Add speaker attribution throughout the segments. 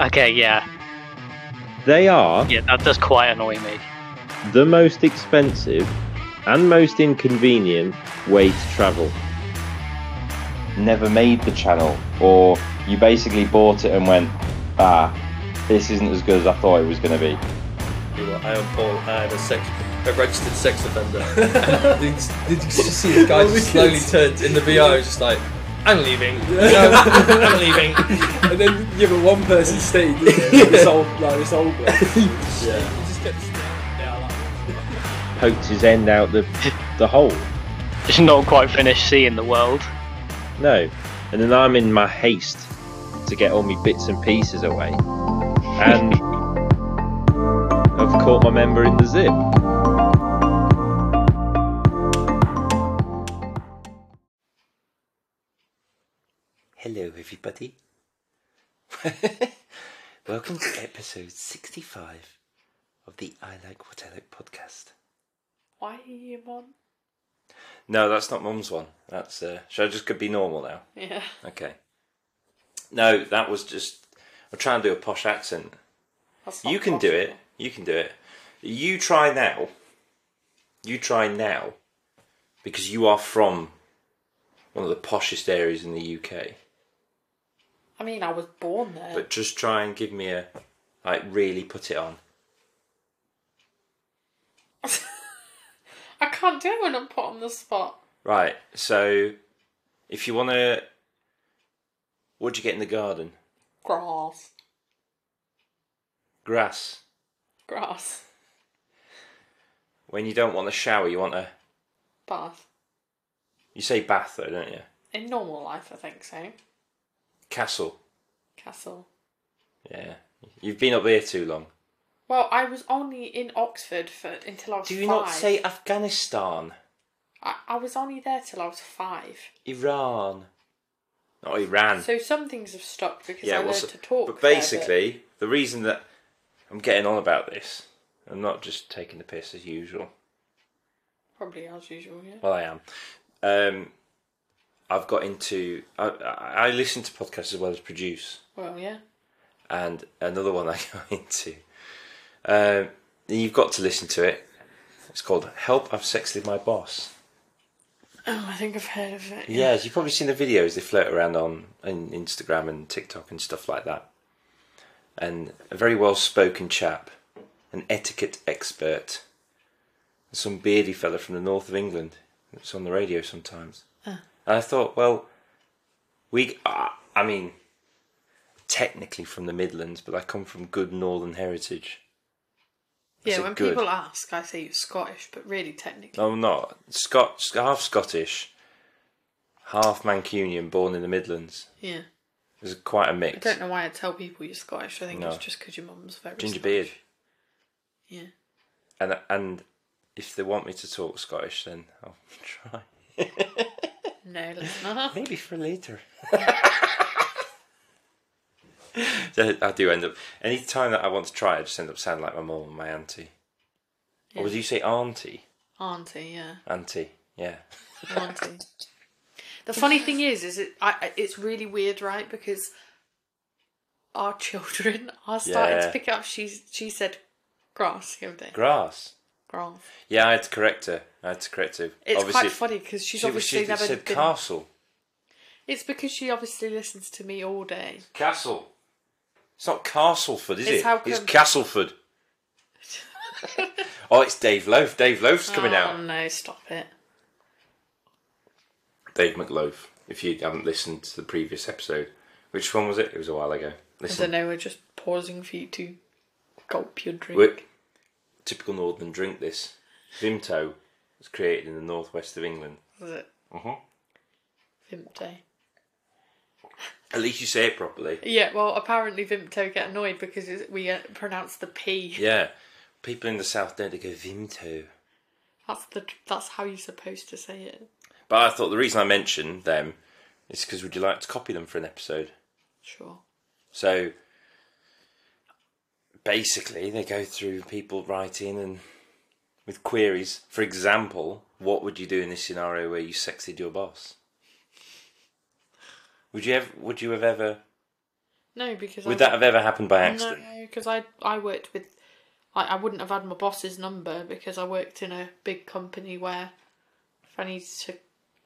Speaker 1: Okay, yeah.
Speaker 2: They are
Speaker 1: Yeah, that does quite annoy me.
Speaker 2: the most expensive and most inconvenient way to travel.
Speaker 3: never made the channel, or you basically bought it and went, ah, this isn't as good as I thought it was going to be.
Speaker 4: You know, I am Paul. I am a sex, a registered sex offender. did, did you just see this guy just slowly turned in the VR? Just like, I'm leaving. No, I'm leaving.
Speaker 5: And then yeah, but one person stayed. didn't they? This old, like this old bloke.
Speaker 4: Yeah.
Speaker 5: He just kept staring. Yeah, I like it.
Speaker 2: Pokes his end out the, the hole.
Speaker 1: Just not quite finished seeing the world.
Speaker 2: No. And then I'm in my haste to get all my bits and pieces away. And I've caught my member in the zip.
Speaker 6: Hello, everybody. Welcome to episode 65 of the I Like What I Like podcast.
Speaker 7: Why you mum?
Speaker 3: No, that's not Mum's one. That's uh, should I just could be normal now?
Speaker 7: Yeah.
Speaker 3: Okay. No, that was just. I'm trying to do a posh accent.
Speaker 7: That's not
Speaker 3: You can do it. You can do it. You try now. You try now, because you are from one of the poshest areas in the UK.
Speaker 7: I mean, I was born there.
Speaker 3: But just try and give me a like really put it on.
Speaker 7: I can't do it when I'm put on the spot.
Speaker 3: Right. So, if you want to, what'd you get in the garden?
Speaker 7: Grass.
Speaker 3: Grass.
Speaker 7: Grass.
Speaker 3: When you don't want a shower, you want a.
Speaker 7: Bath.
Speaker 3: You say bath though, don't you?
Speaker 7: In normal life, I think so.
Speaker 3: Castle.
Speaker 7: Castle.
Speaker 3: Yeah. You've been up here too long.
Speaker 7: Well, I was only in Oxford for until I was
Speaker 3: Do you
Speaker 7: five.
Speaker 3: not say Afghanistan?
Speaker 7: I, I was only there till I was five.
Speaker 3: Iran. Not Iran.
Speaker 7: So some things have stopped because I learned
Speaker 3: so-
Speaker 7: to talk.
Speaker 3: But
Speaker 7: there,
Speaker 3: basically, the reason that I'm getting on about this, I'm not just taking the piss as usual.
Speaker 7: probably as usual, yeah.
Speaker 3: Well, I am. Um, I've got into. I, I I listen to podcasts as well as produce,
Speaker 7: Well, yeah.
Speaker 3: and another one I go into. Um, you've got to listen to it. It's called "Help I've Sexed with My Boss."
Speaker 7: Oh, I think I've heard of it.
Speaker 3: Yes, you've probably seen the videos they float around on in Instagram and TikTok and stuff like that. And a very well-spoken chap, an etiquette expert, some beardy fella from the north of England that's on the radio sometimes.
Speaker 7: Ah.
Speaker 3: And I thought, well, we, uh, I mean, technically from the Midlands, but I come from good northern heritage. I
Speaker 7: Yeah,
Speaker 3: said
Speaker 7: when
Speaker 3: good.
Speaker 7: people ask, I say you're Scottish, but really technically.
Speaker 3: No, I'm not Scot, half Scottish, half Mancunian, born in the Midlands.
Speaker 7: Yeah.
Speaker 3: There's quite a
Speaker 7: I
Speaker 3: mix.
Speaker 7: don't know why I tell people you're Scottish. I think
Speaker 3: No.
Speaker 7: it's just because your mum's very
Speaker 3: ginger beard.
Speaker 7: Scottish. Yeah.
Speaker 3: And and if they want me to talk Scottish, then I'll try.
Speaker 7: No, let's not.
Speaker 3: Maybe for later. So I do end up any time that I want to try, I just end up sounding like my mum and my auntie. Or would you say auntie?
Speaker 7: Auntie, yeah,
Speaker 3: Auntie, yeah.
Speaker 7: auntie. the funny thing is, is it? I, I- it's really weird, right? Because our children are starting
Speaker 3: Yeah.
Speaker 7: to pick up. She she said grass the other day.
Speaker 3: Grass.
Speaker 7: Grass.
Speaker 3: Yeah, I had to correct her. I had to correct her.
Speaker 7: It's
Speaker 3: obviously,
Speaker 7: quite funny because she's
Speaker 3: she,
Speaker 7: obviously
Speaker 3: she
Speaker 7: never
Speaker 3: said
Speaker 7: been-
Speaker 3: castle.
Speaker 7: It's because she obviously listens to me all day.
Speaker 3: Castle. It's not Castleford, is
Speaker 7: It's
Speaker 3: it?
Speaker 7: how
Speaker 3: It's
Speaker 7: come-
Speaker 3: Castleford. oh, it's Dave Loaf. Dave Loaf's coming
Speaker 7: oh,
Speaker 3: out.
Speaker 7: no, stop it.
Speaker 3: Dave McLoaf, if you haven't listened to the previous episode, which one was it? It was a while ago.
Speaker 7: I don't
Speaker 3: Listen,
Speaker 7: know. We're just pausing for you to gulp your drink.
Speaker 3: we're- typical northern drink this. Vimto was created in the northwest of England.
Speaker 7: Was it
Speaker 3: Mhm.
Speaker 7: Vimto?
Speaker 3: At least you say it properly.
Speaker 7: Yeah. Well, apparently Vimto get annoyed because it's- we uh, pronounce the P.
Speaker 3: Yeah. People in the south don't, they go Vimto.
Speaker 7: That's the that's how you're supposed to say it.
Speaker 3: But I thought the reason I mentioned them is because would you like to copy them for an episode?
Speaker 7: Sure.
Speaker 3: So basically, they go through people writing and with queries. For example, what would you do in this scenario where you sexted your boss? Would you ever? Would you have ever?
Speaker 7: No, because
Speaker 3: Would
Speaker 7: I,
Speaker 3: that have ever happened by accident?
Speaker 7: No, because I I worked with, like, I wouldn't have had my boss's number because I worked in a big company where if I needed to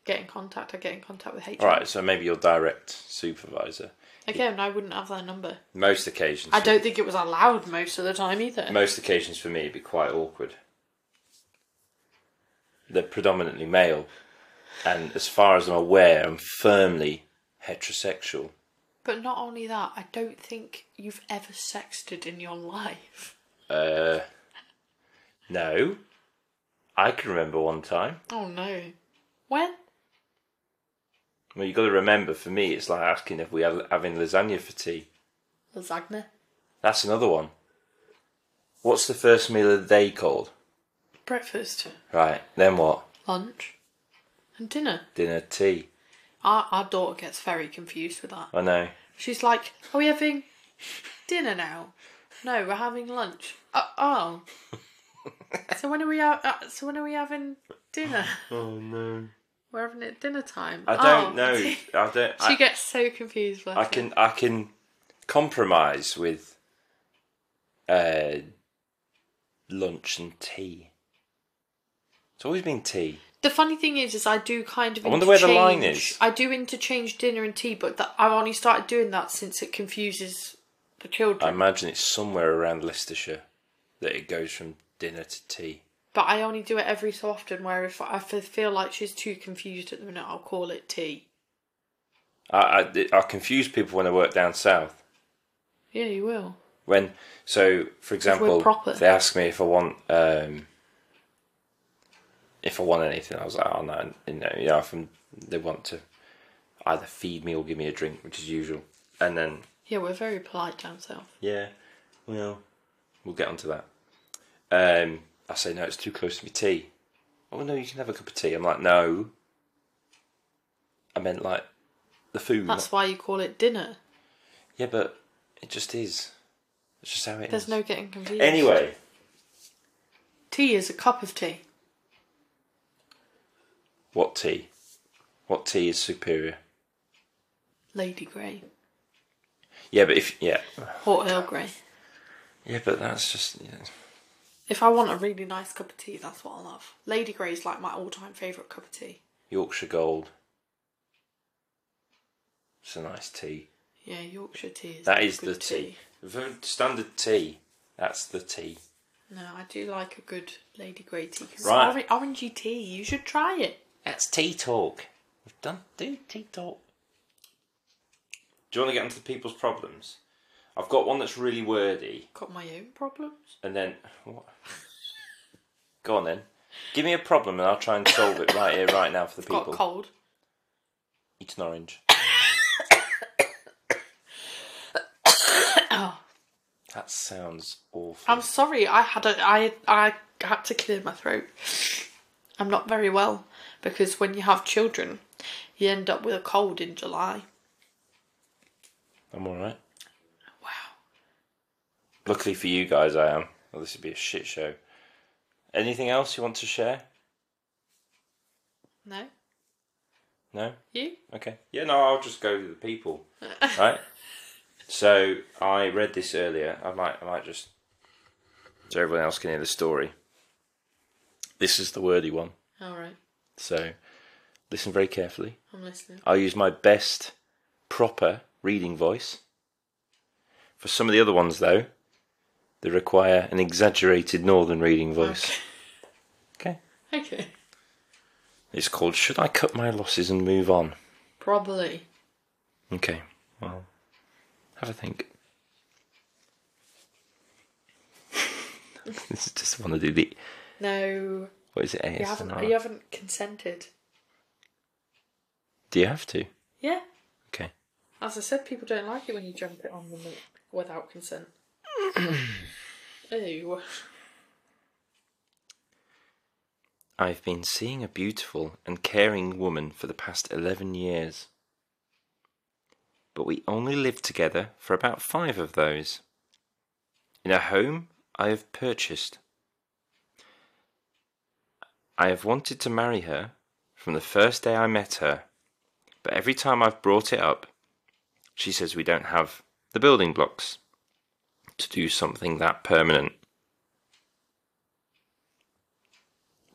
Speaker 7: get in contact, I get in contact with HR.
Speaker 3: All right, so maybe your direct supervisor.
Speaker 7: Again, I wouldn't have their number.
Speaker 3: Most occasions,
Speaker 7: I don't think it was allowed most of the time either.
Speaker 3: most occasions for me, it'd be quite awkward. They're predominantly male, and as far as I'm aware, I'm firmly heterosexual.
Speaker 7: But not only that, I don't think you've ever sexted in your life.
Speaker 3: Uh, no, I can remember one time.
Speaker 7: Oh no. When?
Speaker 3: Well, you got to remember, for me, it's like asking if we are having lasagna for tea.
Speaker 7: Lasagna.
Speaker 3: That's another one. What's the first meal of the day called?
Speaker 7: Breakfast.
Speaker 3: Right, then what?
Speaker 7: Lunch. And dinner.
Speaker 3: Dinner, tea.
Speaker 7: Our, our daughter gets very confused with that.
Speaker 3: I know.
Speaker 7: She's like, Are we having dinner now? No, we're having lunch. Uh, oh. so when are we out? Uh, so when are we having dinner?
Speaker 3: Oh no.
Speaker 7: We're having it at dinner time.
Speaker 3: I don't
Speaker 7: Oh.
Speaker 3: know.
Speaker 7: she
Speaker 3: I don't. I,
Speaker 7: gets so confused. Bless
Speaker 3: I
Speaker 7: her.
Speaker 3: can. I can compromise with uh, lunch and tea. It's always been tea.
Speaker 7: The funny thing is, is I do kind of.
Speaker 3: I wonder where the line
Speaker 7: interchange-
Speaker 3: is.
Speaker 7: I do interchange dinner and tea, but that, I've only started doing that since it confuses the
Speaker 3: I
Speaker 7: children.
Speaker 3: imagine it's somewhere around Leicestershire that it goes from dinner to tea.
Speaker 7: but I only do it every so often. Where if I if I feel like she's too confused at the minute, I'll call it tea.
Speaker 3: I, I, I confuse people when I work down south.
Speaker 7: Yeah, you will.
Speaker 3: When so, for example,
Speaker 7: proper.
Speaker 3: they ask me if I want um, if I want anything. I was like, oh no, you know, yeah. If I'm- they want to either feed me or give me a drink, which is usual, and then
Speaker 7: Yeah, we're very polite down south.
Speaker 3: yeah, well, we'll get onto that. Um, I say no, it's too close to me tea. Oh no, you can have a cup of tea. I'm like, no. I meant like the food.
Speaker 7: That's why you call it dinner.
Speaker 3: yeah, but it just is. It's just how it is.
Speaker 7: There's no getting confused.
Speaker 3: Anyway,
Speaker 7: tea is a cup of tea.
Speaker 3: What tea? What tea is superior?
Speaker 7: Lady Grey
Speaker 3: Yeah, but if yeah,
Speaker 7: or Earl Grey.
Speaker 3: yeah, but that's just yeah.
Speaker 7: If I want a really nice cup of tea, that's what I'll have. Lady Grey is like my all-time favourite cup of tea.
Speaker 3: Yorkshire Gold. It's a nice tea.
Speaker 7: Yeah, Yorkshire tea is
Speaker 3: That is
Speaker 7: good
Speaker 3: the tea. The standard tea. That's the tea.
Speaker 7: No, I do like a good Lady Grey tea. 'cause
Speaker 3: Right.
Speaker 7: ora- orangey tea, you should try it.
Speaker 3: That's tea talk. We've done do tea talk. Do you want to get into the people's problems? I've got one that's really wordy,
Speaker 7: Got my own problems.
Speaker 3: and then what? Go on then. Give me a problem, and I'll try and solve it right here, right now for the
Speaker 7: Got a
Speaker 3: people.
Speaker 7: cold.
Speaker 3: Eat an orange.
Speaker 7: Oh,
Speaker 3: That sounds awful.
Speaker 7: I'm sorry. I had a I I had to clear my throat. I'm not very well because when you have children, you end up with a cold in July.
Speaker 3: I'm all right.
Speaker 7: Wow.
Speaker 3: Luckily for you guys, I am. Well, this would be a shit show. Anything else you want to share?
Speaker 7: No,
Speaker 3: No.
Speaker 7: you?
Speaker 3: Okay. Yeah. No. I'll just go to the people. right. So I read this earlier. I might. I might just. So everyone else can hear the story. This is the wordy one.
Speaker 7: All right.
Speaker 3: So listen very carefully.
Speaker 7: I'm listening.
Speaker 3: I'll use my best proper reading voice. For some of the other ones, though, they require an exaggerated northern reading voice. Okay.
Speaker 7: Okay.
Speaker 3: It's called Should I Cut My Losses and Move On?
Speaker 7: Probably.
Speaker 3: Okay, well, have a think. this is just want to do the.
Speaker 7: No,
Speaker 3: What is it? ASMR?
Speaker 7: you haven't. You haven't consented.
Speaker 3: Do you have to?
Speaker 7: Yeah.
Speaker 3: Okay.
Speaker 7: As I said, people don't like it when you jump it on them without consent. Ew.
Speaker 3: I've been seeing a beautiful and caring woman for the past 11 years. But we only lived together for about five of those. In a home I have purchased. I have wanted to marry her from the first day I met her, but every time I've brought it up, she says we don't have
Speaker 6: the building blocks to do something that permanent.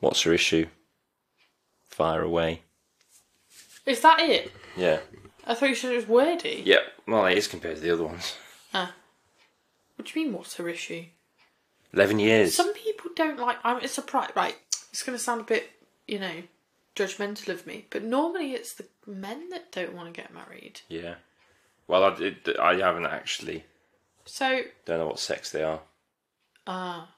Speaker 3: What's her issue? Fire away.
Speaker 7: Is that it?
Speaker 3: Yeah.
Speaker 7: I thought you said it was wordy. Ah.
Speaker 3: Yeah. Well, it is compared to the other ones.
Speaker 7: What do you mean, what's her issue?
Speaker 3: Eleven years.
Speaker 7: Some people don't like. I'm surprised. Right, it's going to sound a bit, you know, judgmental of me, but normally it's the men that don't want to get married.
Speaker 3: Yeah. Well, I, it, I haven't actually.
Speaker 7: So, ah.
Speaker 3: Don't know what sex they are.
Speaker 7: oh,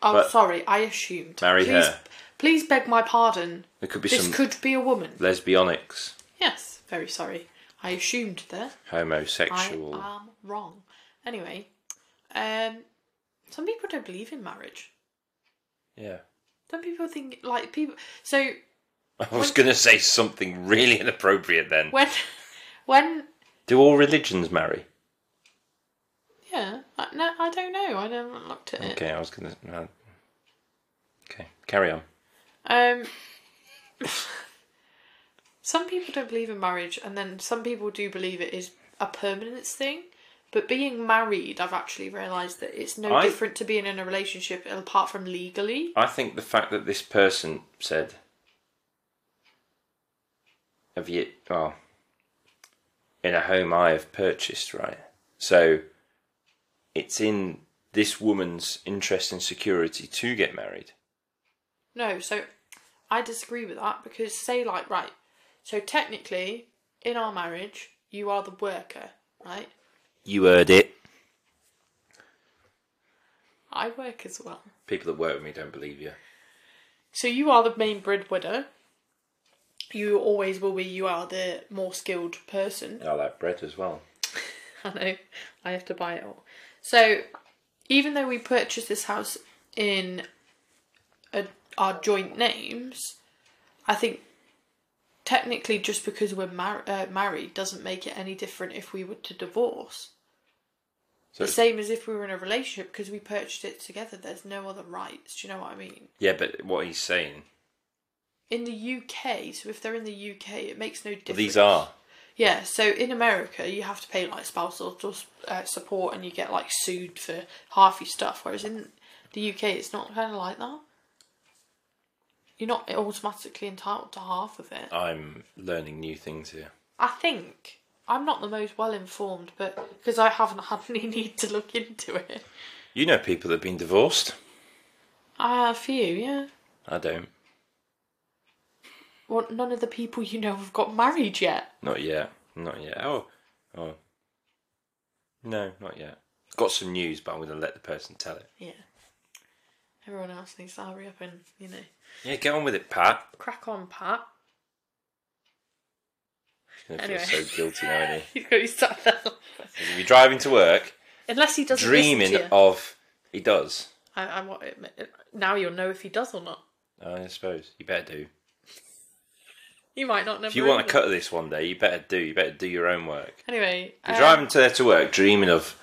Speaker 3: But-
Speaker 7: sorry, I assumed.
Speaker 3: Marry
Speaker 7: please,
Speaker 3: her.
Speaker 7: Please beg my pardon.
Speaker 3: There could be
Speaker 7: This
Speaker 3: some
Speaker 7: could be a woman.
Speaker 3: lesbionics,
Speaker 7: Yes, very sorry. I assumed there.
Speaker 3: homosexual.
Speaker 7: I am wrong. Anyway, um, some people don't believe in marriage.
Speaker 3: yeah.
Speaker 7: Some people think like people. So
Speaker 3: I was going to say something really inappropriate then.
Speaker 7: when, when
Speaker 3: Do all religions marry?
Speaker 7: yeah, I, no, I don't know. I haven't looked at it.
Speaker 3: Okay, I was going to. No. Okay, carry on.
Speaker 7: Um, some people don't believe in marriage, and then some people do believe it is a permanence thing. But being married, I've actually realised that it's no
Speaker 3: I-
Speaker 7: different to being in a relationship apart from legally.
Speaker 3: I think the fact that this person said, "Have you?" Well, in a home I have purchased, right? So it's in this woman's interest and security to get married.
Speaker 7: No, so I disagree with that because, say, like, right, so technically, in our marriage, you are the worker, right?
Speaker 6: You heard it.
Speaker 7: I work as well.
Speaker 3: People that work with me don't believe you.
Speaker 7: So you are the main breadwinner. You always will be. You are the more skilled person.
Speaker 3: I like bread as well.
Speaker 7: I know. I have to buy it all. So, even though we purchased this house in a, our joint names, I think technically just because we're mar- uh, married doesn't make it any different if we were to divorce.
Speaker 3: So
Speaker 7: the same as if we were in a relationship because we purchased it together. There's no other rights. Do you know what I mean?
Speaker 3: yeah, but what he's saying,
Speaker 7: In the UK, so if they're in the UK, it makes no difference.
Speaker 3: these are
Speaker 7: Yeah, so in America, you have to pay like spousal just, uh, support and you get like sued for half your stuff, whereas in the UK, it's not kind of like that. You're not automatically entitled to half of it.
Speaker 3: I'm learning new things here.
Speaker 7: I think I'm not the most well informed, but because I haven't had any need to look into it.
Speaker 3: You know people that have been divorced.
Speaker 7: I have a few, yeah.
Speaker 3: I don't.
Speaker 7: Well, none of the people you know have got married yet.
Speaker 3: Not yet. Not yet. Oh, oh. No, not yet. Got some news, but I'm going to let the person tell it.
Speaker 7: Yeah. Everyone else needs to hurry up and, you know,
Speaker 3: Yeah, get on with it, Pat.
Speaker 7: crack on, Pat.
Speaker 3: He's going to feel
Speaker 7: Anyway.
Speaker 3: so guilty now, isn't
Speaker 7: He's going to start that.
Speaker 3: he? He'll be driving to work,
Speaker 7: Unless he doesn't
Speaker 3: dreaming
Speaker 7: listen to you.
Speaker 3: of. He does.
Speaker 7: I, I want it, now you'll know if he does or not.
Speaker 3: I suppose. You better do.
Speaker 7: You might not know.
Speaker 3: If you want to cut this one day, you better do. You better do your own work.
Speaker 7: Anyway,
Speaker 3: You're
Speaker 7: um,
Speaker 3: driving to there to work, dreaming of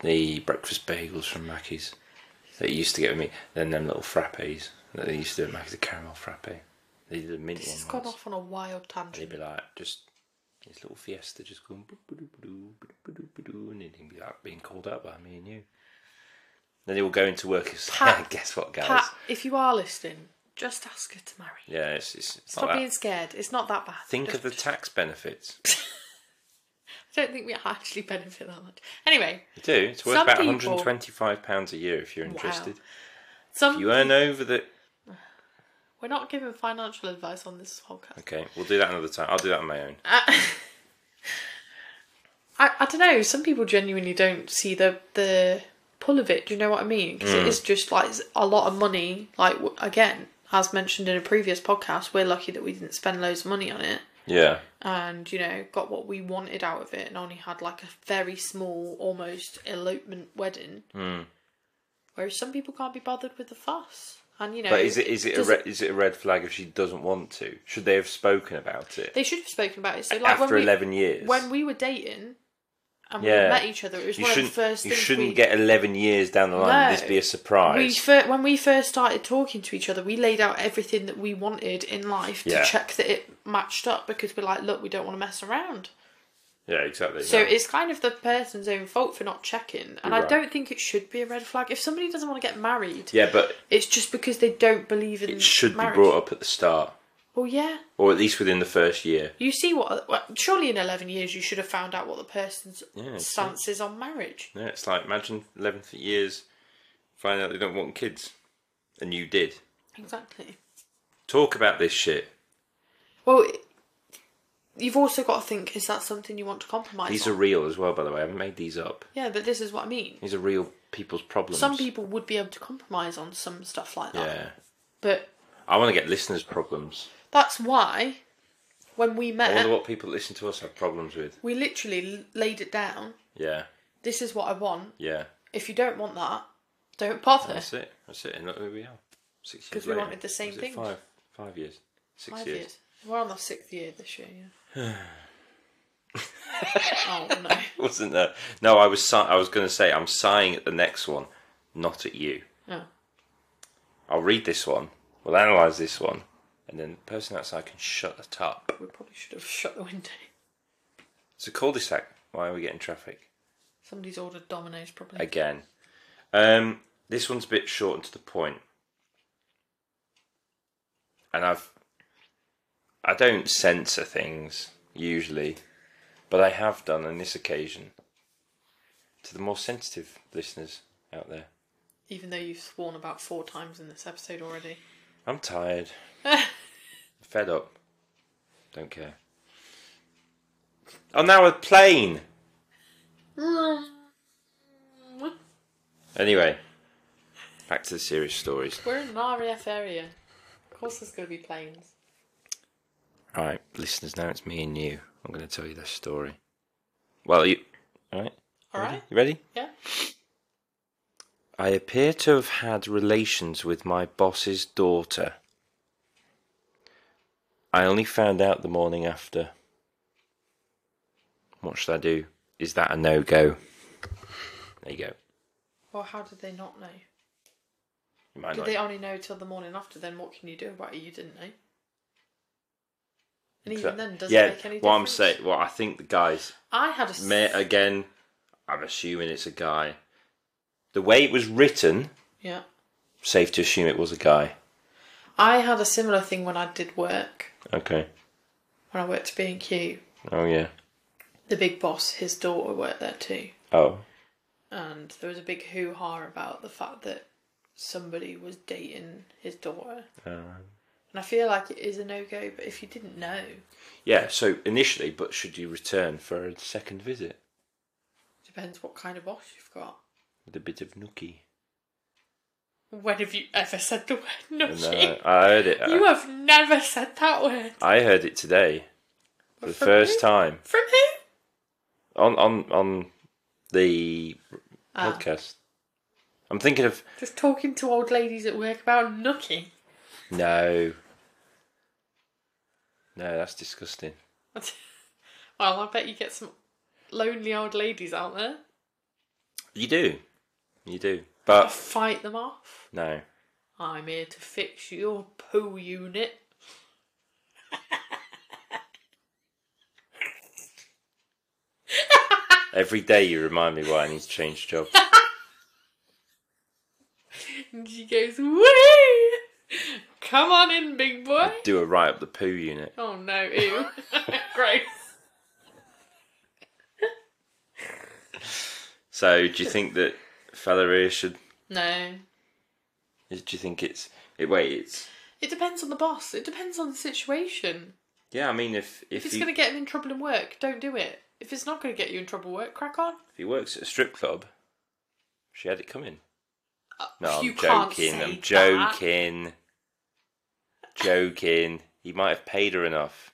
Speaker 3: the breakfast bagels from Mackey's that you used to get with me, then them little frappes that they used to do at Mackey's, the caramel frappe. They did a mint
Speaker 7: this
Speaker 3: one.
Speaker 7: has gone
Speaker 3: once.
Speaker 7: off on a wild
Speaker 3: They'd
Speaker 7: tangent.
Speaker 3: be like, just this little fiesta, just going, "Boo-ba-doo-ba-doo, and it'd be like being called up by me and you. Then they all go into work and say,
Speaker 7: Pat-
Speaker 3: guess what, guys?
Speaker 7: Pat, if you are listening, just ask her to marry.
Speaker 3: Yeah, it's, it's, it's
Speaker 7: Stop
Speaker 3: not
Speaker 7: being
Speaker 3: that.
Speaker 7: scared. It's not that bad.
Speaker 3: Think
Speaker 7: Just-
Speaker 3: of the tax benefits.
Speaker 7: I don't think we actually benefit that much. Anyway,
Speaker 3: You do. It's worth
Speaker 7: Some
Speaker 3: about
Speaker 7: people-
Speaker 3: £125 a year if you're interested.
Speaker 7: some
Speaker 3: If you earn over the.
Speaker 7: we're not giving financial advice on this podcast.
Speaker 3: Okay, we'll do that another time. I'll do that on my own.
Speaker 7: Uh, I, I don't know. Some people genuinely don't see the the pull of it. Do you know what I mean? Because
Speaker 3: Hmm.
Speaker 7: it is just like a lot of money. Like w- again, as mentioned in a previous podcast, we're lucky that we didn't spend loads of money on it,
Speaker 3: Yeah.
Speaker 7: and you know got what we wanted out of it, and only had like a very small, almost elopement wedding.
Speaker 3: Hmm.
Speaker 7: Whereas some people can't be bothered with the fuss, and you know,
Speaker 3: But is it is it a
Speaker 7: does-
Speaker 3: red, is it a red flag if she doesn't want to? Should they have spoken about it
Speaker 7: They should have spoken about it. So like
Speaker 3: after
Speaker 7: when we,
Speaker 3: eleven years?
Speaker 7: when we were dating. And
Speaker 3: Yeah.
Speaker 7: we met each other. It was
Speaker 3: you
Speaker 7: one of the
Speaker 3: shouldn't
Speaker 7: first
Speaker 3: you
Speaker 7: things
Speaker 3: shouldn't
Speaker 7: we-
Speaker 3: get eleven years down the line. and This
Speaker 7: No.
Speaker 3: be a
Speaker 7: we
Speaker 3: surprise.
Speaker 7: fir- when we first started talking to each other, we laid out everything that we wanted in life to
Speaker 3: Yeah.
Speaker 7: check that it matched up because we're like, look, we don't want to mess around.
Speaker 3: Yeah, exactly.
Speaker 7: So
Speaker 3: no.
Speaker 7: it's kind of the person's own fault for not checking. And
Speaker 3: You're
Speaker 7: I
Speaker 3: right.
Speaker 7: don't think it should be a red flag. If somebody doesn't want to get married,
Speaker 3: yeah, but
Speaker 7: it's just because they don't believe in
Speaker 3: it should
Speaker 7: Mm, marriage.
Speaker 3: be brought up at the start,
Speaker 7: Well, yeah.
Speaker 3: or at least within the first year.
Speaker 7: You see what? Well, surely in 11 years you should have found out what the person's
Speaker 3: Yeah, it's
Speaker 7: stance is on marriage.
Speaker 3: Yeah, it's like imagine eleventh years, find out they don't want kids, and you did.
Speaker 7: Exactly.
Speaker 3: Talk about this shit.
Speaker 7: Well, it- you've also got to think is that something you want to compromise
Speaker 3: These
Speaker 7: on?
Speaker 3: are real as well, by the way. I haven't made these up.
Speaker 7: yeah, but this is what I mean.
Speaker 3: These are real people's problems.
Speaker 7: Some people would be able to compromise on some stuff like that.
Speaker 3: Yeah,
Speaker 7: But
Speaker 3: I want to get listeners' problems.
Speaker 7: that's why when we
Speaker 3: I
Speaker 7: met,
Speaker 3: wonder what people that listen to us have problems with.
Speaker 7: we literally l- laid it down.
Speaker 3: Yeah,
Speaker 7: This is what I want.
Speaker 3: yeah.
Speaker 7: If you don't want that, don't bother.
Speaker 3: That's it. That's it. And look where we are. Six years.
Speaker 7: 'Cause we
Speaker 3: later.
Speaker 7: wanted the same
Speaker 3: Was it
Speaker 7: things.
Speaker 3: Five, five years. Six
Speaker 7: Five
Speaker 3: years.
Speaker 7: years. We're on the sixth year this year, yeah. oh, no.
Speaker 3: Wasn't there? No, I was. Si- I was going to say I'm sighing at the next one, not at you.
Speaker 7: Oh.
Speaker 3: I'll read this one. We'll analyze this one, and then the person outside can shut it up.
Speaker 7: We probably should have shut the window.
Speaker 3: It's a cul-de-sac. Why are we getting traffic
Speaker 7: Somebody's ordered Domino's, probably.
Speaker 3: again? Um, this one's a bit short and to the point, and I've. I don't censor things usually, but I have done on this occasion. To the more sensitive listeners out there.
Speaker 7: Even though you've sworn about four times in this episode already.
Speaker 3: I'm tired. Fed up. Don't care. I'm now a plane. Anyway, back to the serious stories.
Speaker 7: We're in an RAF area. Of course, there's going to be planes.
Speaker 3: Right, listeners, now it's me and you. I'm going to tell you this story. Well, you. Alright,
Speaker 7: Alright?
Speaker 3: you ready?
Speaker 7: Yeah?
Speaker 3: I appear to have had relations with my boss's daughter. I only found out the morning after. What should I do? Is that a no go? There you go.
Speaker 7: Or how did they not know?
Speaker 3: You might
Speaker 7: Did
Speaker 3: not.
Speaker 7: they only know till the morning after? Then what can you do about it? You didn't know. And even then, does
Speaker 3: yeah,
Speaker 7: it make any difference?
Speaker 3: what I'm saying, well, I think the guys
Speaker 7: I had a.
Speaker 3: may again. I'm assuming it's a guy. The way it was written,
Speaker 7: yeah.
Speaker 3: safe to assume it was a guy.
Speaker 7: I had a similar thing when I did work.
Speaker 3: Okay.
Speaker 7: When I worked at B&Q,
Speaker 3: Oh yeah.
Speaker 7: the big boss, his daughter worked there too.
Speaker 3: Oh.
Speaker 7: And there was a big hoo-ha about the fact that somebody was dating his daughter.
Speaker 3: Um,
Speaker 7: And I feel like it is a no go, but if you didn't know,
Speaker 3: Yeah, so initially, but should you return for a second visit
Speaker 7: depends what kind of boss you've got.
Speaker 3: with a bit of nookie?
Speaker 7: When have you ever said the word
Speaker 3: And,
Speaker 7: nudgy?
Speaker 3: uh, I heard it.
Speaker 7: you
Speaker 3: I,
Speaker 7: have never said that word.
Speaker 3: I heard it today for the
Speaker 7: From
Speaker 3: first
Speaker 7: who?
Speaker 3: time
Speaker 7: From who?
Speaker 3: on on on the
Speaker 7: Ah.
Speaker 3: podcast. I'm thinking of
Speaker 7: Just talking to old ladies at work about nookie.
Speaker 3: no, no, that's disgusting.
Speaker 7: well, I bet you get some lonely old ladies out there.
Speaker 3: You do, you do,
Speaker 7: I
Speaker 3: but
Speaker 7: fight them off.
Speaker 3: no,
Speaker 7: I'm here to fix your poo unit.
Speaker 3: every day you remind me why I need to change jobs.
Speaker 7: And she goes, Whee! Come on in, big boy.
Speaker 3: Do a right up the poo unit.
Speaker 7: Oh no, ew. Gross.
Speaker 3: So, do you think that fella here should?
Speaker 7: No.
Speaker 3: Do you think it's it? Wait, it's
Speaker 7: It depends on the boss. It depends on the situation.
Speaker 3: Yeah, I mean, if
Speaker 7: If,
Speaker 3: if,
Speaker 7: it's
Speaker 3: he,
Speaker 7: going to get him in trouble in work, don't do it. If it's not going to get you in trouble at work, crack on.
Speaker 3: if he works at a strip club, she had it coming.
Speaker 7: Uh,
Speaker 3: No, I'm
Speaker 7: you can't
Speaker 3: joking.
Speaker 7: say
Speaker 3: I'm
Speaker 7: that.
Speaker 3: joking. Joking. He might have paid her enough.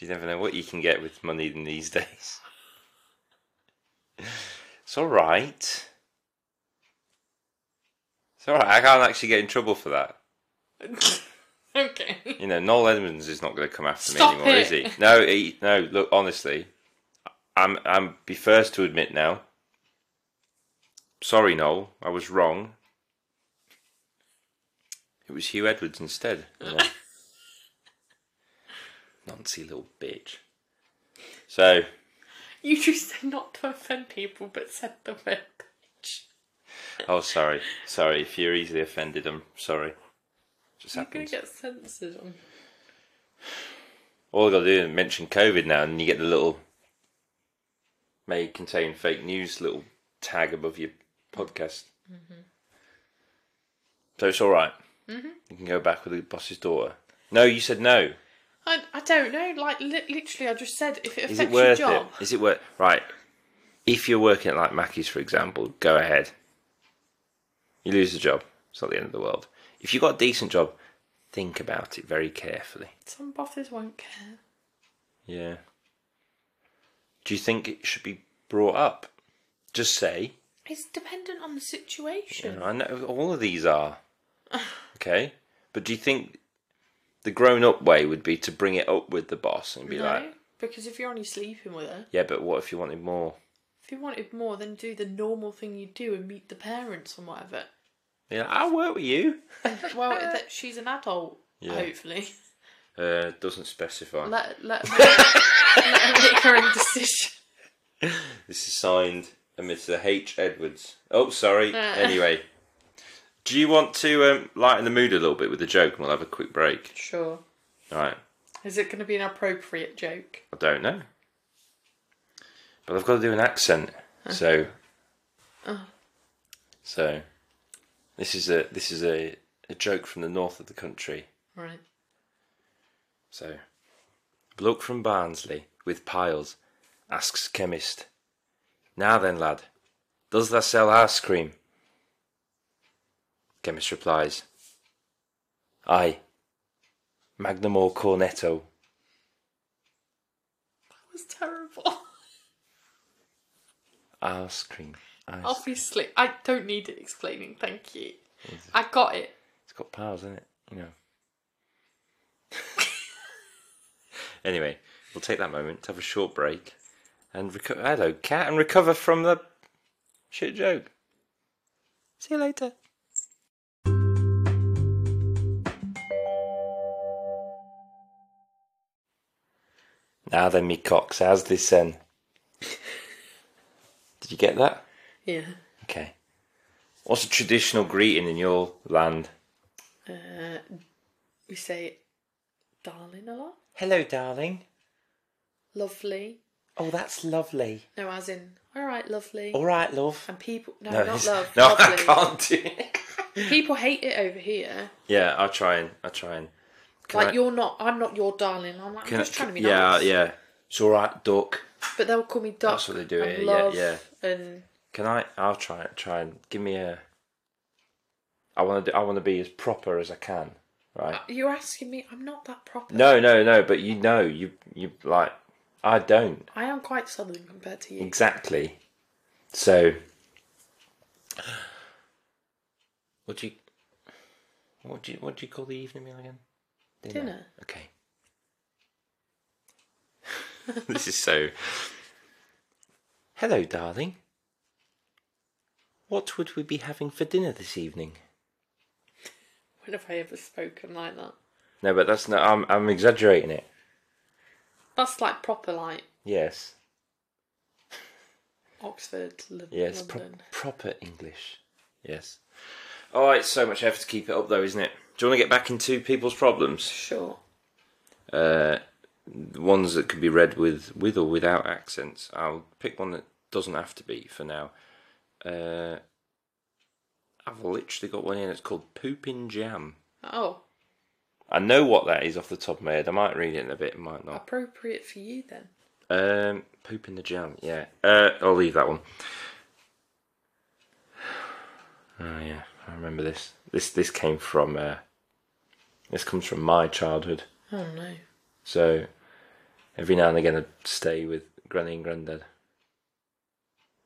Speaker 3: you never know what you can get with money in these days. It's all right. It's all right. I can't actually get in trouble for that.
Speaker 7: okay.
Speaker 3: You know, Noel Edmonds is not going to come after
Speaker 7: Stop
Speaker 3: me anymore,
Speaker 7: it.
Speaker 3: is he? No, he, no. Look, honestly, I'm I'm be first to admit now. Sorry, Noel, I was wrong. It was Hugh Edwards instead. you know. Nancy little bitch. So
Speaker 7: You choose not to offend people, but said the word bitch.
Speaker 3: oh sorry. Sorry, if you're easily offended, I'm sorry. Just
Speaker 7: You're gonna
Speaker 3: happens.
Speaker 7: get censored on.
Speaker 3: All I gotta do is mention COVID now and you get the little may contain fake news little tag above your podcast.
Speaker 7: Mm-hmm.
Speaker 3: So it's alright. Mm-hmm. You can go back with the boss's daughter. No, you said no.
Speaker 7: I, I don't know. Like li- literally, I just said if it affects
Speaker 3: Is it worth
Speaker 7: your job,
Speaker 3: it? Is it worth right? If you're working at like Mackey's, for example, go ahead. You lose the job. It's not the end of the world. If you've got a decent job, think about it very carefully.
Speaker 7: some bosses won't care.
Speaker 3: Yeah. Do you think it should be brought up? Just say.
Speaker 7: It's dependent on the
Speaker 3: You
Speaker 7: situation.
Speaker 3: know, I know all of these are. Okay. But do you think the grown up way would be to bring it up with the boss and be
Speaker 7: no,
Speaker 3: like,
Speaker 7: because if you're only sleeping with her,
Speaker 3: yeah, but what if you wanted more?
Speaker 7: if you wanted more, then do the normal thing you do and meet the parents and whatever.
Speaker 3: Yeah, I'll work with you.
Speaker 7: well, that she's an adult,
Speaker 3: Yeah.
Speaker 7: hopefully.
Speaker 3: Uh, doesn't specify.
Speaker 7: Let let her make, let her make her own decision.
Speaker 3: This is signed amidst the H. Edwards. Oh, sorry.
Speaker 7: Uh.
Speaker 3: anyway, do you want to um, lighten the mood a little bit with a joke and we'll have a quick break?
Speaker 7: Sure.
Speaker 3: All right.
Speaker 7: Is it going to be an appropriate joke?
Speaker 3: I don't know. But I've got to do an accent. So. So. This is a this is a, a joke from the north of the country.
Speaker 7: Right.
Speaker 3: So, bloke from Barnsley with piles asks chemist, Now then, lad, does tha sell ice cream? Chemist replies, Aye, Magnum or Cornetto.
Speaker 7: That was terrible.
Speaker 3: Ice cream. Ice.
Speaker 7: Obviously, I don't need it explaining. Thank you. I got it.
Speaker 3: It's got piles in it, you know. anyway, we'll take that moment to have a short break and recover. Hello, cat, and recover from the shit joke. See you later. Now then, me cocks, how's this then? Did you get that?
Speaker 7: Yeah.
Speaker 3: Okay. What's a traditional greeting in your land?
Speaker 7: Uh, we say darling a lot.
Speaker 6: Hello, darling.
Speaker 7: Lovely.
Speaker 6: Oh, that's lovely.
Speaker 7: No, as in, all right, lovely.
Speaker 6: All right, love.
Speaker 7: And people, no, not
Speaker 3: it's-
Speaker 7: love.
Speaker 3: No, I
Speaker 7: lovely.
Speaker 3: can't do it.
Speaker 7: People hate it over here.
Speaker 3: Yeah, I'll try and I'll try and. Can
Speaker 7: like
Speaker 3: I-
Speaker 7: you're not, I'm not your darling. I'm like, I'm
Speaker 3: can I-
Speaker 7: just trying to be
Speaker 3: yeah,
Speaker 7: nice.
Speaker 3: yeah. It's all right, duck.
Speaker 7: But they'll call me duck.
Speaker 3: That's what they do
Speaker 7: and
Speaker 3: here, yeah,
Speaker 7: Love
Speaker 3: yeah.
Speaker 7: And
Speaker 3: Can I? I'll try try and give me a. I want to. I want to be as proper as I can. Right?
Speaker 7: you're asking me, I'm not that proper.
Speaker 3: No, no, no. But you know, you you like. I don't.
Speaker 7: I am quite southern compared to you.
Speaker 3: Exactly. So, what do you what do you what do you call the evening meal again?
Speaker 7: Dinner.
Speaker 3: Okay. this is so. Hello, darling. What would we be having for dinner this evening?
Speaker 7: When have I ever spoken like that?
Speaker 3: No, but that's not. I'm I'm exaggerating it.
Speaker 7: That's like proper, like
Speaker 3: Yes.
Speaker 7: Oxford, L-
Speaker 3: Yes. Pro-
Speaker 7: London.
Speaker 3: proper English. Yes. Oh, it's so much effort to keep it up, though, isn't it? Do you want to get back into people's problems?
Speaker 7: Sure.
Speaker 3: uh, ones that can be read with with or without accents. I'll pick one that doesn't have to be for now. Uh, I've literally got one in. It's called Poopin' Jam.
Speaker 7: Oh,
Speaker 3: I know what that is off the top of my head. I might read it in a bit, might not.
Speaker 7: appropriate for you then.
Speaker 3: Um, poop in the jam. Yeah. Uh, I'll leave that one. Oh yeah, I remember this. This this came from. Uh, this comes from my childhood.
Speaker 7: Oh no.
Speaker 3: So every now and again, I'd stay with Granny and Granddad,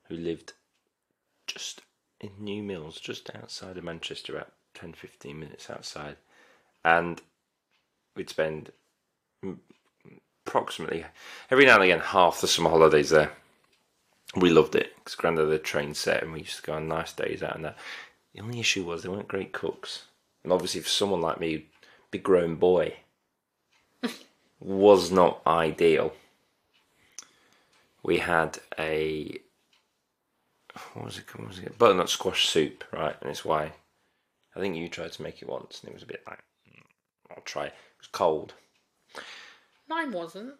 Speaker 3: who lived just in New Mills, just outside of Manchester, about 10 15 minutes outside. And we'd spend m- approximately every now and again half the summer holidays there. We loved it because Grandad had a train set and we used to go on nice days out and that. The only issue was they weren't great cooks. And obviously, for someone like me, big grown boy, was not ideal. We had a what was it? What was it? Butternut squash soup, right? And it's why I think you tried to make it once, and it was a bit like "Mm, I'll try. It was cold.
Speaker 7: Mine wasn't.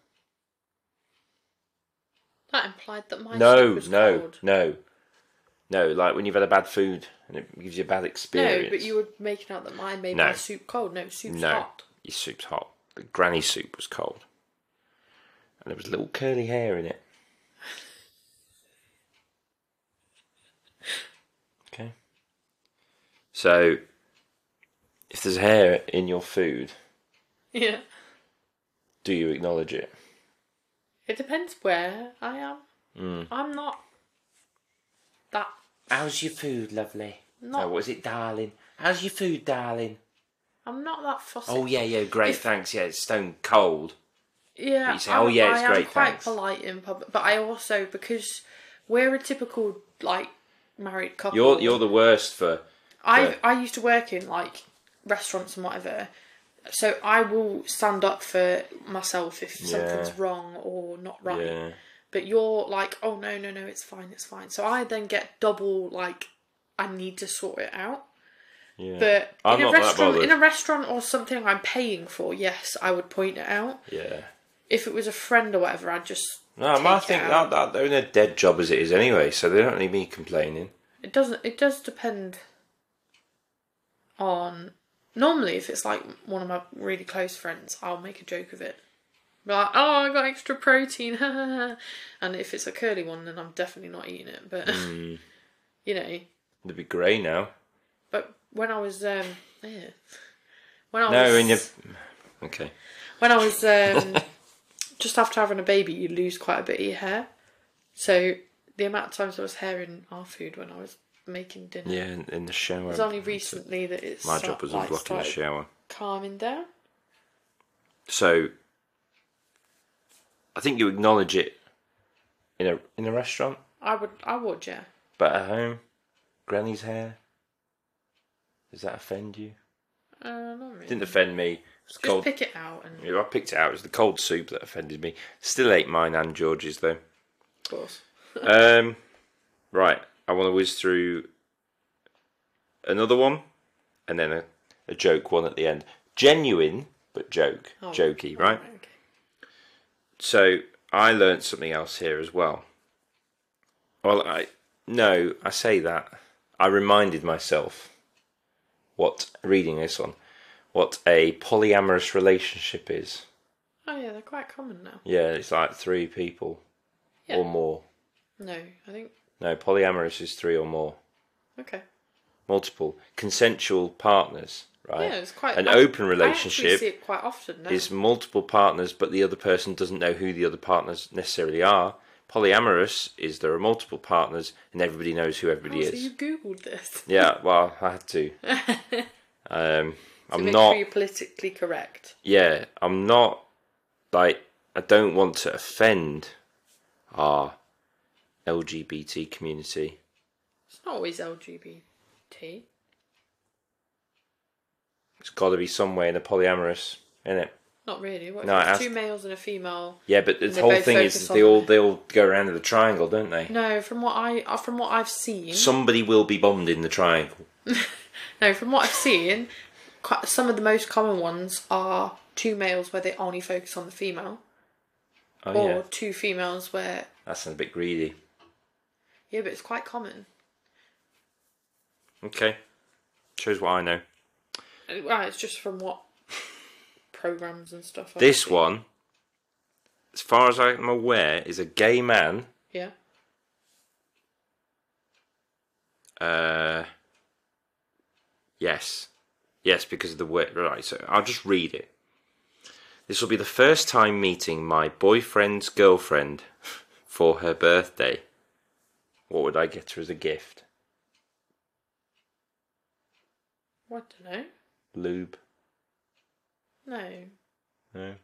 Speaker 7: That implied that mine
Speaker 3: no,
Speaker 7: was
Speaker 3: no,
Speaker 7: cold.
Speaker 3: no, no. Like when you've had a bad food and it gives you a bad experience.
Speaker 7: No, but you were making out that mine made
Speaker 3: No.
Speaker 7: my soup cold. No, soup's
Speaker 3: no,
Speaker 7: hot.
Speaker 3: your soup's hot. The granny soup was cold, and there was little curly hair in it. Okay. So, if there's hair in your food,
Speaker 7: Yeah.
Speaker 3: do you acknowledge it?
Speaker 7: It depends where I am.
Speaker 3: Hmm.
Speaker 7: I'm not that
Speaker 6: How's your food, lovely?
Speaker 7: not
Speaker 6: Oh, what is it, darling? How's your food, darling?
Speaker 7: I'm not that fussy.
Speaker 3: Oh yeah, yeah, great,
Speaker 7: If-
Speaker 3: thanks. Yeah, it's stone cold.
Speaker 7: yeah,
Speaker 3: you say, "Oh,
Speaker 7: I'm-
Speaker 3: yeah, it's
Speaker 7: I am
Speaker 3: great,
Speaker 7: quite
Speaker 3: thanks."
Speaker 7: polite in public, but I also because we're a typical like married couple.
Speaker 3: You're you're the worst for
Speaker 7: I
Speaker 3: Yeah.
Speaker 7: I used to work in like restaurants and whatever, so I will stand up for myself if something's wrong or not right.
Speaker 3: yeah.
Speaker 7: But you're like, oh no no no, it's fine, it's fine. So I then get double like, I need to sort it out.
Speaker 3: Yeah.
Speaker 7: But
Speaker 3: I'm
Speaker 7: in
Speaker 3: not
Speaker 7: a
Speaker 3: that
Speaker 7: restaurant,
Speaker 3: bothered.
Speaker 7: in a restaurant or something I'm paying for, yes, I would point it out.
Speaker 3: yeah.
Speaker 7: If it was a friend or whatever, I'd just.
Speaker 3: No, I
Speaker 7: take it
Speaker 3: think
Speaker 7: out.
Speaker 3: that, that they're in a dead job as it is anyway, so they don't need me complaining.
Speaker 7: It doesn't. It does depend on. Normally, if it's like one of my really close friends, I'll make a joke of it. Be Like, oh, I got extra protein, and if it's a curly one, then I'm definitely not eating it. But you know,
Speaker 3: They'd be grey now.
Speaker 7: but when I was um, yeah, when I
Speaker 3: No,
Speaker 7: was
Speaker 3: in your okay.
Speaker 7: when I was um, just after having a baby, you lose quite a bit of your hair. So the amount of times I was hair in our food when I was making dinner,
Speaker 3: Yeah, in, in the shower.
Speaker 7: it was only recently that it's
Speaker 3: Um, My
Speaker 7: start-
Speaker 3: job was
Speaker 7: like,
Speaker 3: unblocking the
Speaker 7: started
Speaker 3: shower.
Speaker 7: calming down.
Speaker 3: So I think you acknowledge it in a in a restaurant,
Speaker 7: I would, I would, yeah.
Speaker 3: but at home, granny's hair. Does that offend you?
Speaker 7: Uh, not really.
Speaker 3: Didn't offend me. It was
Speaker 7: just
Speaker 3: cold.
Speaker 7: pick it out and
Speaker 3: Yeah, I picked it out. It was the cold soup that offended me. Still ate mine and George's though.
Speaker 5: Of course.
Speaker 3: Um, right, I want to whiz through another one, and then a, a joke one at the end. Genuine, but joke, jokey, right?
Speaker 7: Oh, okay.
Speaker 3: So I learnt something else here as well. Well, I no, I say that I reminded myself what reading this on what a polyamorous relationship is.
Speaker 7: Oh yeah, they're quite common now.
Speaker 3: Yeah, it's like three people
Speaker 7: Yeah.
Speaker 3: or more.
Speaker 7: No, I think
Speaker 3: No, polyamorous is three or more.
Speaker 7: okay.
Speaker 3: Multiple consensual partners, right?
Speaker 7: Yeah, it's quite
Speaker 3: An
Speaker 7: I-
Speaker 3: open
Speaker 7: I actually see
Speaker 3: relationship
Speaker 7: it quite often Oh, now.
Speaker 3: is multiple partners, but the other person doesn't know who the other partners necessarily are. Polyamorous is there are multiple partners and everybody knows who
Speaker 7: Oh,
Speaker 3: everybody
Speaker 7: so
Speaker 3: is.
Speaker 7: you googled this.
Speaker 3: Yeah, well, I had to. um,
Speaker 7: to
Speaker 3: I'm
Speaker 7: make
Speaker 3: not.
Speaker 7: sure you're politically correct.
Speaker 3: yeah, I'm not like I don't want to offend our LGBT community.
Speaker 7: It's not always LGBT.
Speaker 3: It's got to be some way in a polyamorous, isn't it?
Speaker 7: Not really. What
Speaker 3: No,
Speaker 7: if
Speaker 3: I
Speaker 7: it's two
Speaker 3: asked-
Speaker 7: males and a female?
Speaker 3: Yeah, but the
Speaker 7: They
Speaker 3: whole
Speaker 7: both
Speaker 3: thing
Speaker 7: focus
Speaker 3: is
Speaker 7: on
Speaker 3: they all
Speaker 7: the- Mm-hmm.
Speaker 3: they all go around in the triangle, don't they?
Speaker 7: No, from what I uh, from what I've seen,
Speaker 3: Somebody will be bombed in the triangle.
Speaker 7: no, from what I've seen, quite, some of the most common ones are two males where they only focus on the female,
Speaker 3: Oh
Speaker 7: or
Speaker 3: yeah,
Speaker 7: two females where
Speaker 3: that sounds a bit greedy.
Speaker 7: yeah, but it's quite common.
Speaker 3: Okay, shows what I know.
Speaker 7: Uh, Well, it's just from what programs and stuff. I've
Speaker 3: This
Speaker 7: seen.
Speaker 3: one, as far as I'm aware, is a gay man
Speaker 7: yeah,
Speaker 3: Uh, yes. Yes, because of the word. Right, so I'll just read it. This will be the first time meeting my boyfriend's girlfriend for her birthday. What would I get her as a gift?
Speaker 7: what do know?
Speaker 3: Lube.
Speaker 7: No,
Speaker 3: No.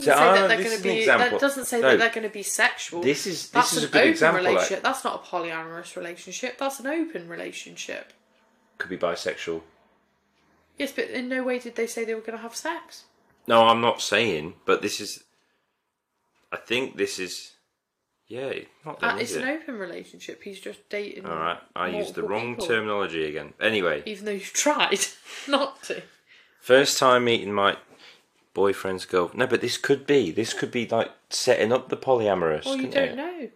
Speaker 3: So,
Speaker 7: say
Speaker 3: ah,
Speaker 7: that they're
Speaker 3: this
Speaker 7: going
Speaker 3: is
Speaker 7: to
Speaker 3: an
Speaker 7: be.
Speaker 3: example.
Speaker 7: That doesn't say
Speaker 3: No.
Speaker 7: that they're going to be sexual.
Speaker 3: This is
Speaker 7: That's
Speaker 3: this is
Speaker 7: an
Speaker 3: a good
Speaker 7: open
Speaker 3: example. like,
Speaker 7: relationship. That's not a polyamorous relationship. That's an open relationship.
Speaker 3: could be bisexual.
Speaker 7: Yes, but in no way did they say they were going to have sex.
Speaker 3: No, I'm not saying, but this is. I think this is. Yeah, not
Speaker 7: Uh,
Speaker 3: then,
Speaker 7: it's
Speaker 3: is
Speaker 7: an
Speaker 3: it?
Speaker 7: open relationship. He's just dating.
Speaker 3: All right, I used the
Speaker 7: multiple
Speaker 3: wrong
Speaker 7: people,
Speaker 3: terminology again. Anyway,
Speaker 7: Even though you've tried not to.
Speaker 3: first time meeting my boyfriend's girl. No, but this could be. This could be like setting up the polyamorous.
Speaker 7: Well, you
Speaker 3: couldn't it?
Speaker 7: don't know.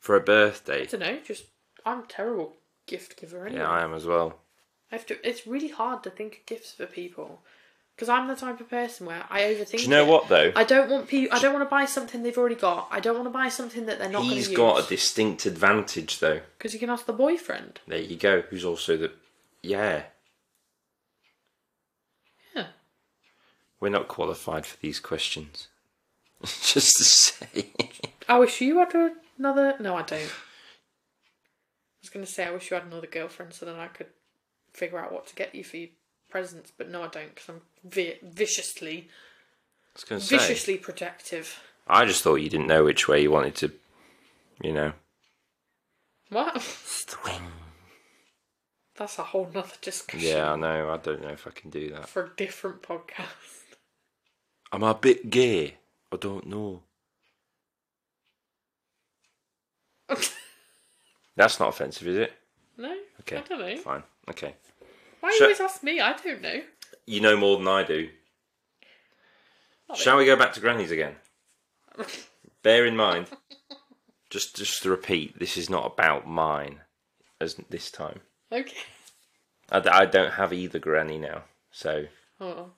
Speaker 3: For a birthday.
Speaker 7: I don't know. Just I'm a terrible gift giver. Anyway.
Speaker 3: Yeah, I am as well.
Speaker 7: I have to. It's really hard to think of gifts for people because I'm the type of person where I overthink.
Speaker 3: Do you know
Speaker 7: it.
Speaker 3: what though?
Speaker 7: I don't want people. I don't want to buy something they've already got. I don't want to buy something that they're not going to
Speaker 3: He's
Speaker 7: use.
Speaker 3: got a distinct advantage though.
Speaker 7: because you can ask the boyfriend.
Speaker 3: There you go. Who's also the yeah.
Speaker 7: Yeah.
Speaker 3: We're not qualified for these questions. Just to say.
Speaker 7: I wish you had another. No, I don't. I was going to say I wish you had another girlfriend so then I could figure out what to get you for your presents, but no, I don't because I'm vi- viciously,
Speaker 3: I was going to say.
Speaker 7: viciously protective.
Speaker 3: I just thought you didn't know which way you wanted to, you know.
Speaker 7: What? That's a whole nother discussion
Speaker 3: Yeah, I know. I don't know if I can do that.
Speaker 7: for a different podcast.
Speaker 3: I'm a bit gay. I don't know. That's not offensive, is it?
Speaker 7: no,
Speaker 3: Okay.
Speaker 7: I don't know.
Speaker 3: Fine. Okay.
Speaker 7: Why you
Speaker 3: Shall-
Speaker 7: always ask me? I don't know.
Speaker 3: You know more than I do.
Speaker 7: Not
Speaker 3: Shall we go back to Granny's again? Bear in mind, just just to repeat, this is not about mine as this time.
Speaker 7: Okay.
Speaker 3: I, d- I don't have either Granny now, so
Speaker 7: Oh,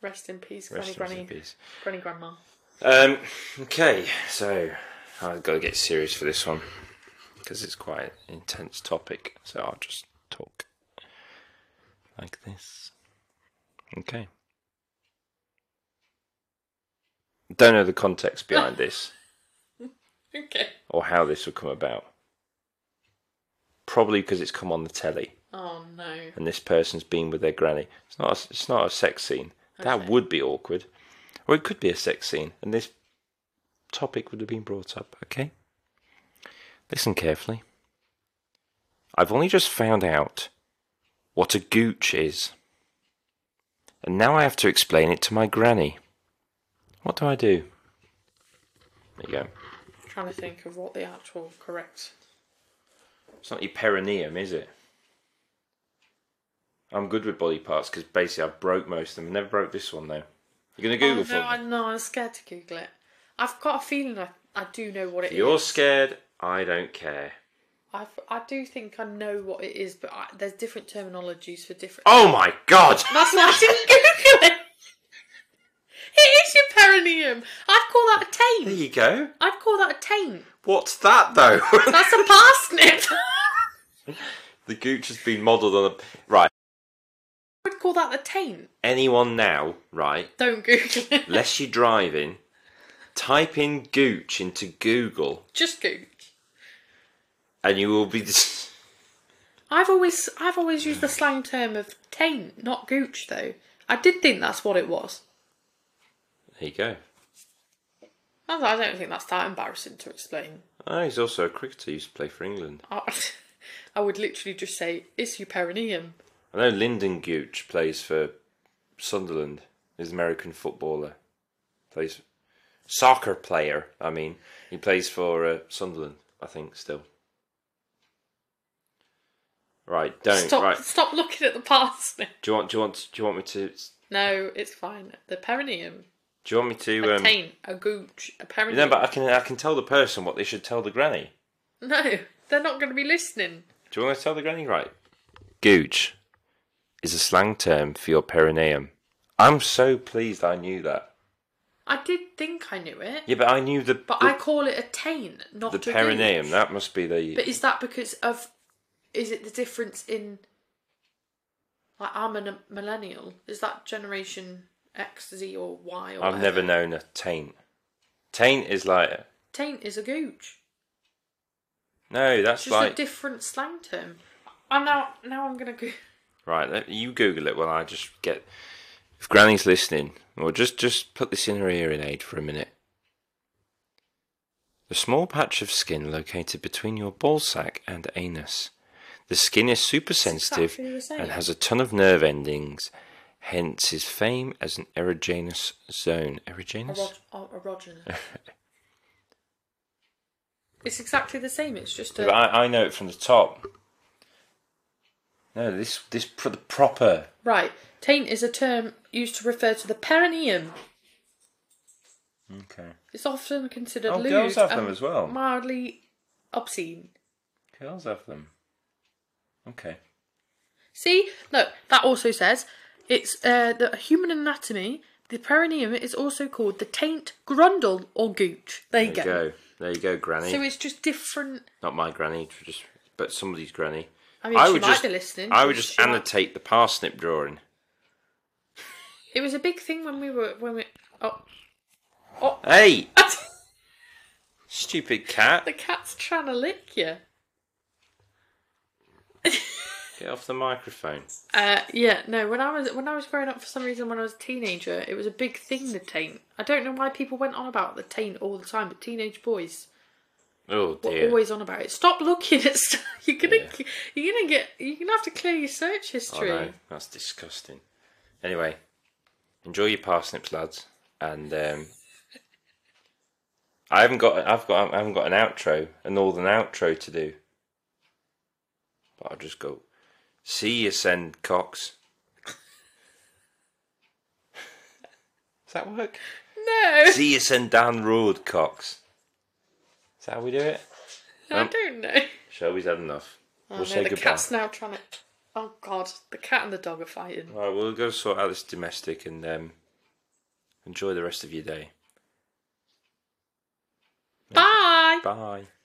Speaker 7: rest in peace,
Speaker 3: rest
Speaker 7: Granny,
Speaker 3: in
Speaker 7: Granny,
Speaker 3: peace.
Speaker 7: Granny, Grandma.
Speaker 3: Um, okay, so I've got to get serious for this one because it's quite an intense topic. So I'll just talk like this. Okay. Don't know the context behind this
Speaker 7: Okay.
Speaker 3: or how this would come about. Probably because it's come on the telly
Speaker 7: Oh no.
Speaker 3: and this person's been with their granny. It's not. A, it's not a sex scene. That would be awkward, or it could be a sex scene, and this topic would have been brought up. Okay. Listen carefully. I've only just found out what a gooch is, and now I have to explain it to my granny. What do I do? There you go.
Speaker 7: trying to think of what the actual correct.
Speaker 3: It's not your perineum, is it? I'm good with body parts because basically I broke most of them. I never broke this one though. You're gonna Google
Speaker 7: oh,
Speaker 3: for
Speaker 7: no,
Speaker 3: me.
Speaker 7: I no, I'm scared to Google it. I've got a feeling I, I do know what it
Speaker 3: If You're
Speaker 7: is.
Speaker 3: scared. I don't care.
Speaker 7: I've, I do think I know what it is, but I, there's different terminologies for different.
Speaker 3: Oh my god!
Speaker 7: That's why I didn't Google it. It is your perineum. I'd call that a
Speaker 3: There
Speaker 7: taint.
Speaker 3: you go.
Speaker 7: I'd call that a taint.
Speaker 3: What's that though?
Speaker 7: That's a parsnip.
Speaker 3: the gooch has been modelled on a right.
Speaker 7: I'd call that a taint.
Speaker 3: Anyone now, right?
Speaker 7: Don't Google it.
Speaker 3: Unless you're driving, type in gooch into Google,
Speaker 7: Just Google.
Speaker 3: and you will be. Dis-
Speaker 7: I've always I've always used the slang term of taint, not gooch though. I did think that's what it was.
Speaker 3: there you go.
Speaker 7: I I don't think that's that embarrassing to explain.
Speaker 3: Oh, he's also a cricketer. He used to play for England.
Speaker 7: I, I would literally just say it's your perineum.
Speaker 3: I know Lyndon Gooch plays for Sunderland. Is an American footballer. Plays soccer player. I mean, he plays for uh, Sunderland. I think still. Right, don't.
Speaker 7: Stop
Speaker 3: Right.
Speaker 7: stop looking at the parsnip.
Speaker 3: Do you want? Do you want? Do you want me to?
Speaker 7: No, it's fine. The perineum,
Speaker 3: Do you want me to?
Speaker 7: a
Speaker 3: Um,
Speaker 7: taint, a gooch, a perineum.
Speaker 3: no, but I can. I can tell the person what they should tell the granny.
Speaker 7: No, they're not going to be listening.
Speaker 3: Do you want me to tell the granny right? Gooch is a slang term for your perineum. I'm so pleased I knew that.
Speaker 7: I did think I knew it,
Speaker 3: Yeah, but I knew the.
Speaker 7: but
Speaker 3: the,
Speaker 7: I call it a taint, not
Speaker 3: the
Speaker 7: a gooch.
Speaker 3: perineum. That must be the.
Speaker 7: But is that because of? Is it the difference in? Like I'm a millennial. Is that generation X, Z, or Y? Or
Speaker 3: I've never
Speaker 7: whatever?
Speaker 3: known a taint. Taint is like
Speaker 7: Taint is a gooch.
Speaker 3: no.
Speaker 7: It's
Speaker 3: That's
Speaker 7: just
Speaker 3: like
Speaker 7: a different slang term. I Oh, now now I'm gonna go.
Speaker 3: right. let- You Google it while I just get. If Granny's listening, or just just put this in her hearing aid for a minute. The small patch of skin located between your ball sack and anus. The skin is super sensitive
Speaker 7: exactly the same.
Speaker 3: and has a ton of nerve endings hence his fame as an erogenous zone. Erogenous?
Speaker 7: oh, Erogenous. it's exactly the same. It's just
Speaker 3: But
Speaker 7: a.
Speaker 3: I, I know it from the top. No, this this pr- the proper
Speaker 7: Right. Taint is a term used to refer to the perineum.
Speaker 3: okay.
Speaker 7: It's often considered
Speaker 3: Oh,
Speaker 7: lewd
Speaker 3: girls have
Speaker 7: and
Speaker 3: them as well.
Speaker 7: mildly obscene.
Speaker 3: Girls have them. Okay.
Speaker 7: See, look, that also says it's uh, the human anatomy. The perineum is also called the taint, grundle, or gooch. There you,
Speaker 3: There
Speaker 7: go.
Speaker 3: you go. There you go, Granny.
Speaker 7: So it's just different.
Speaker 3: Not my granny, just but somebody's granny.
Speaker 7: I mean, she might be listening.
Speaker 3: I would
Speaker 7: She
Speaker 3: just
Speaker 7: might-
Speaker 3: annotate the parsnip drawing.
Speaker 7: It was a big thing when we were when we. Oh,
Speaker 3: Hey, stupid cat!
Speaker 7: the cat's trying to lick you.
Speaker 3: Get off the microphone.
Speaker 7: Uh, yeah, no. When I was when I was growing up, for some reason, when I was a teenager, it was a big thing. The taint. I don't know why people went on about the taint all the time, but teenage boys
Speaker 3: Oh
Speaker 7: were
Speaker 3: dear.
Speaker 7: always on about it. Stop looking at stuff. You're gonna you're gonna get you're gonna have to clear your search
Speaker 3: oh
Speaker 7: history.
Speaker 3: no, that's disgusting. Anyway, enjoy your parsnips, lads, and um, I haven't got I've got I haven't got an outro, a northern outro to do. But I'll just go. See you, send cocks. Does that work?
Speaker 7: No,
Speaker 3: See you send down the road, Cox. Is that how we do it?
Speaker 7: I don't know.
Speaker 3: Shelby's had enough.
Speaker 7: Oh,
Speaker 3: Um, we'll
Speaker 7: no,
Speaker 3: say
Speaker 7: the
Speaker 3: goodbye.
Speaker 7: cat's now trying to. Oh God, the cat and the dog are fighting.
Speaker 3: Right, we'll go sort out this domestic and um, enjoy the rest of your day.
Speaker 7: Bye.
Speaker 3: Bye.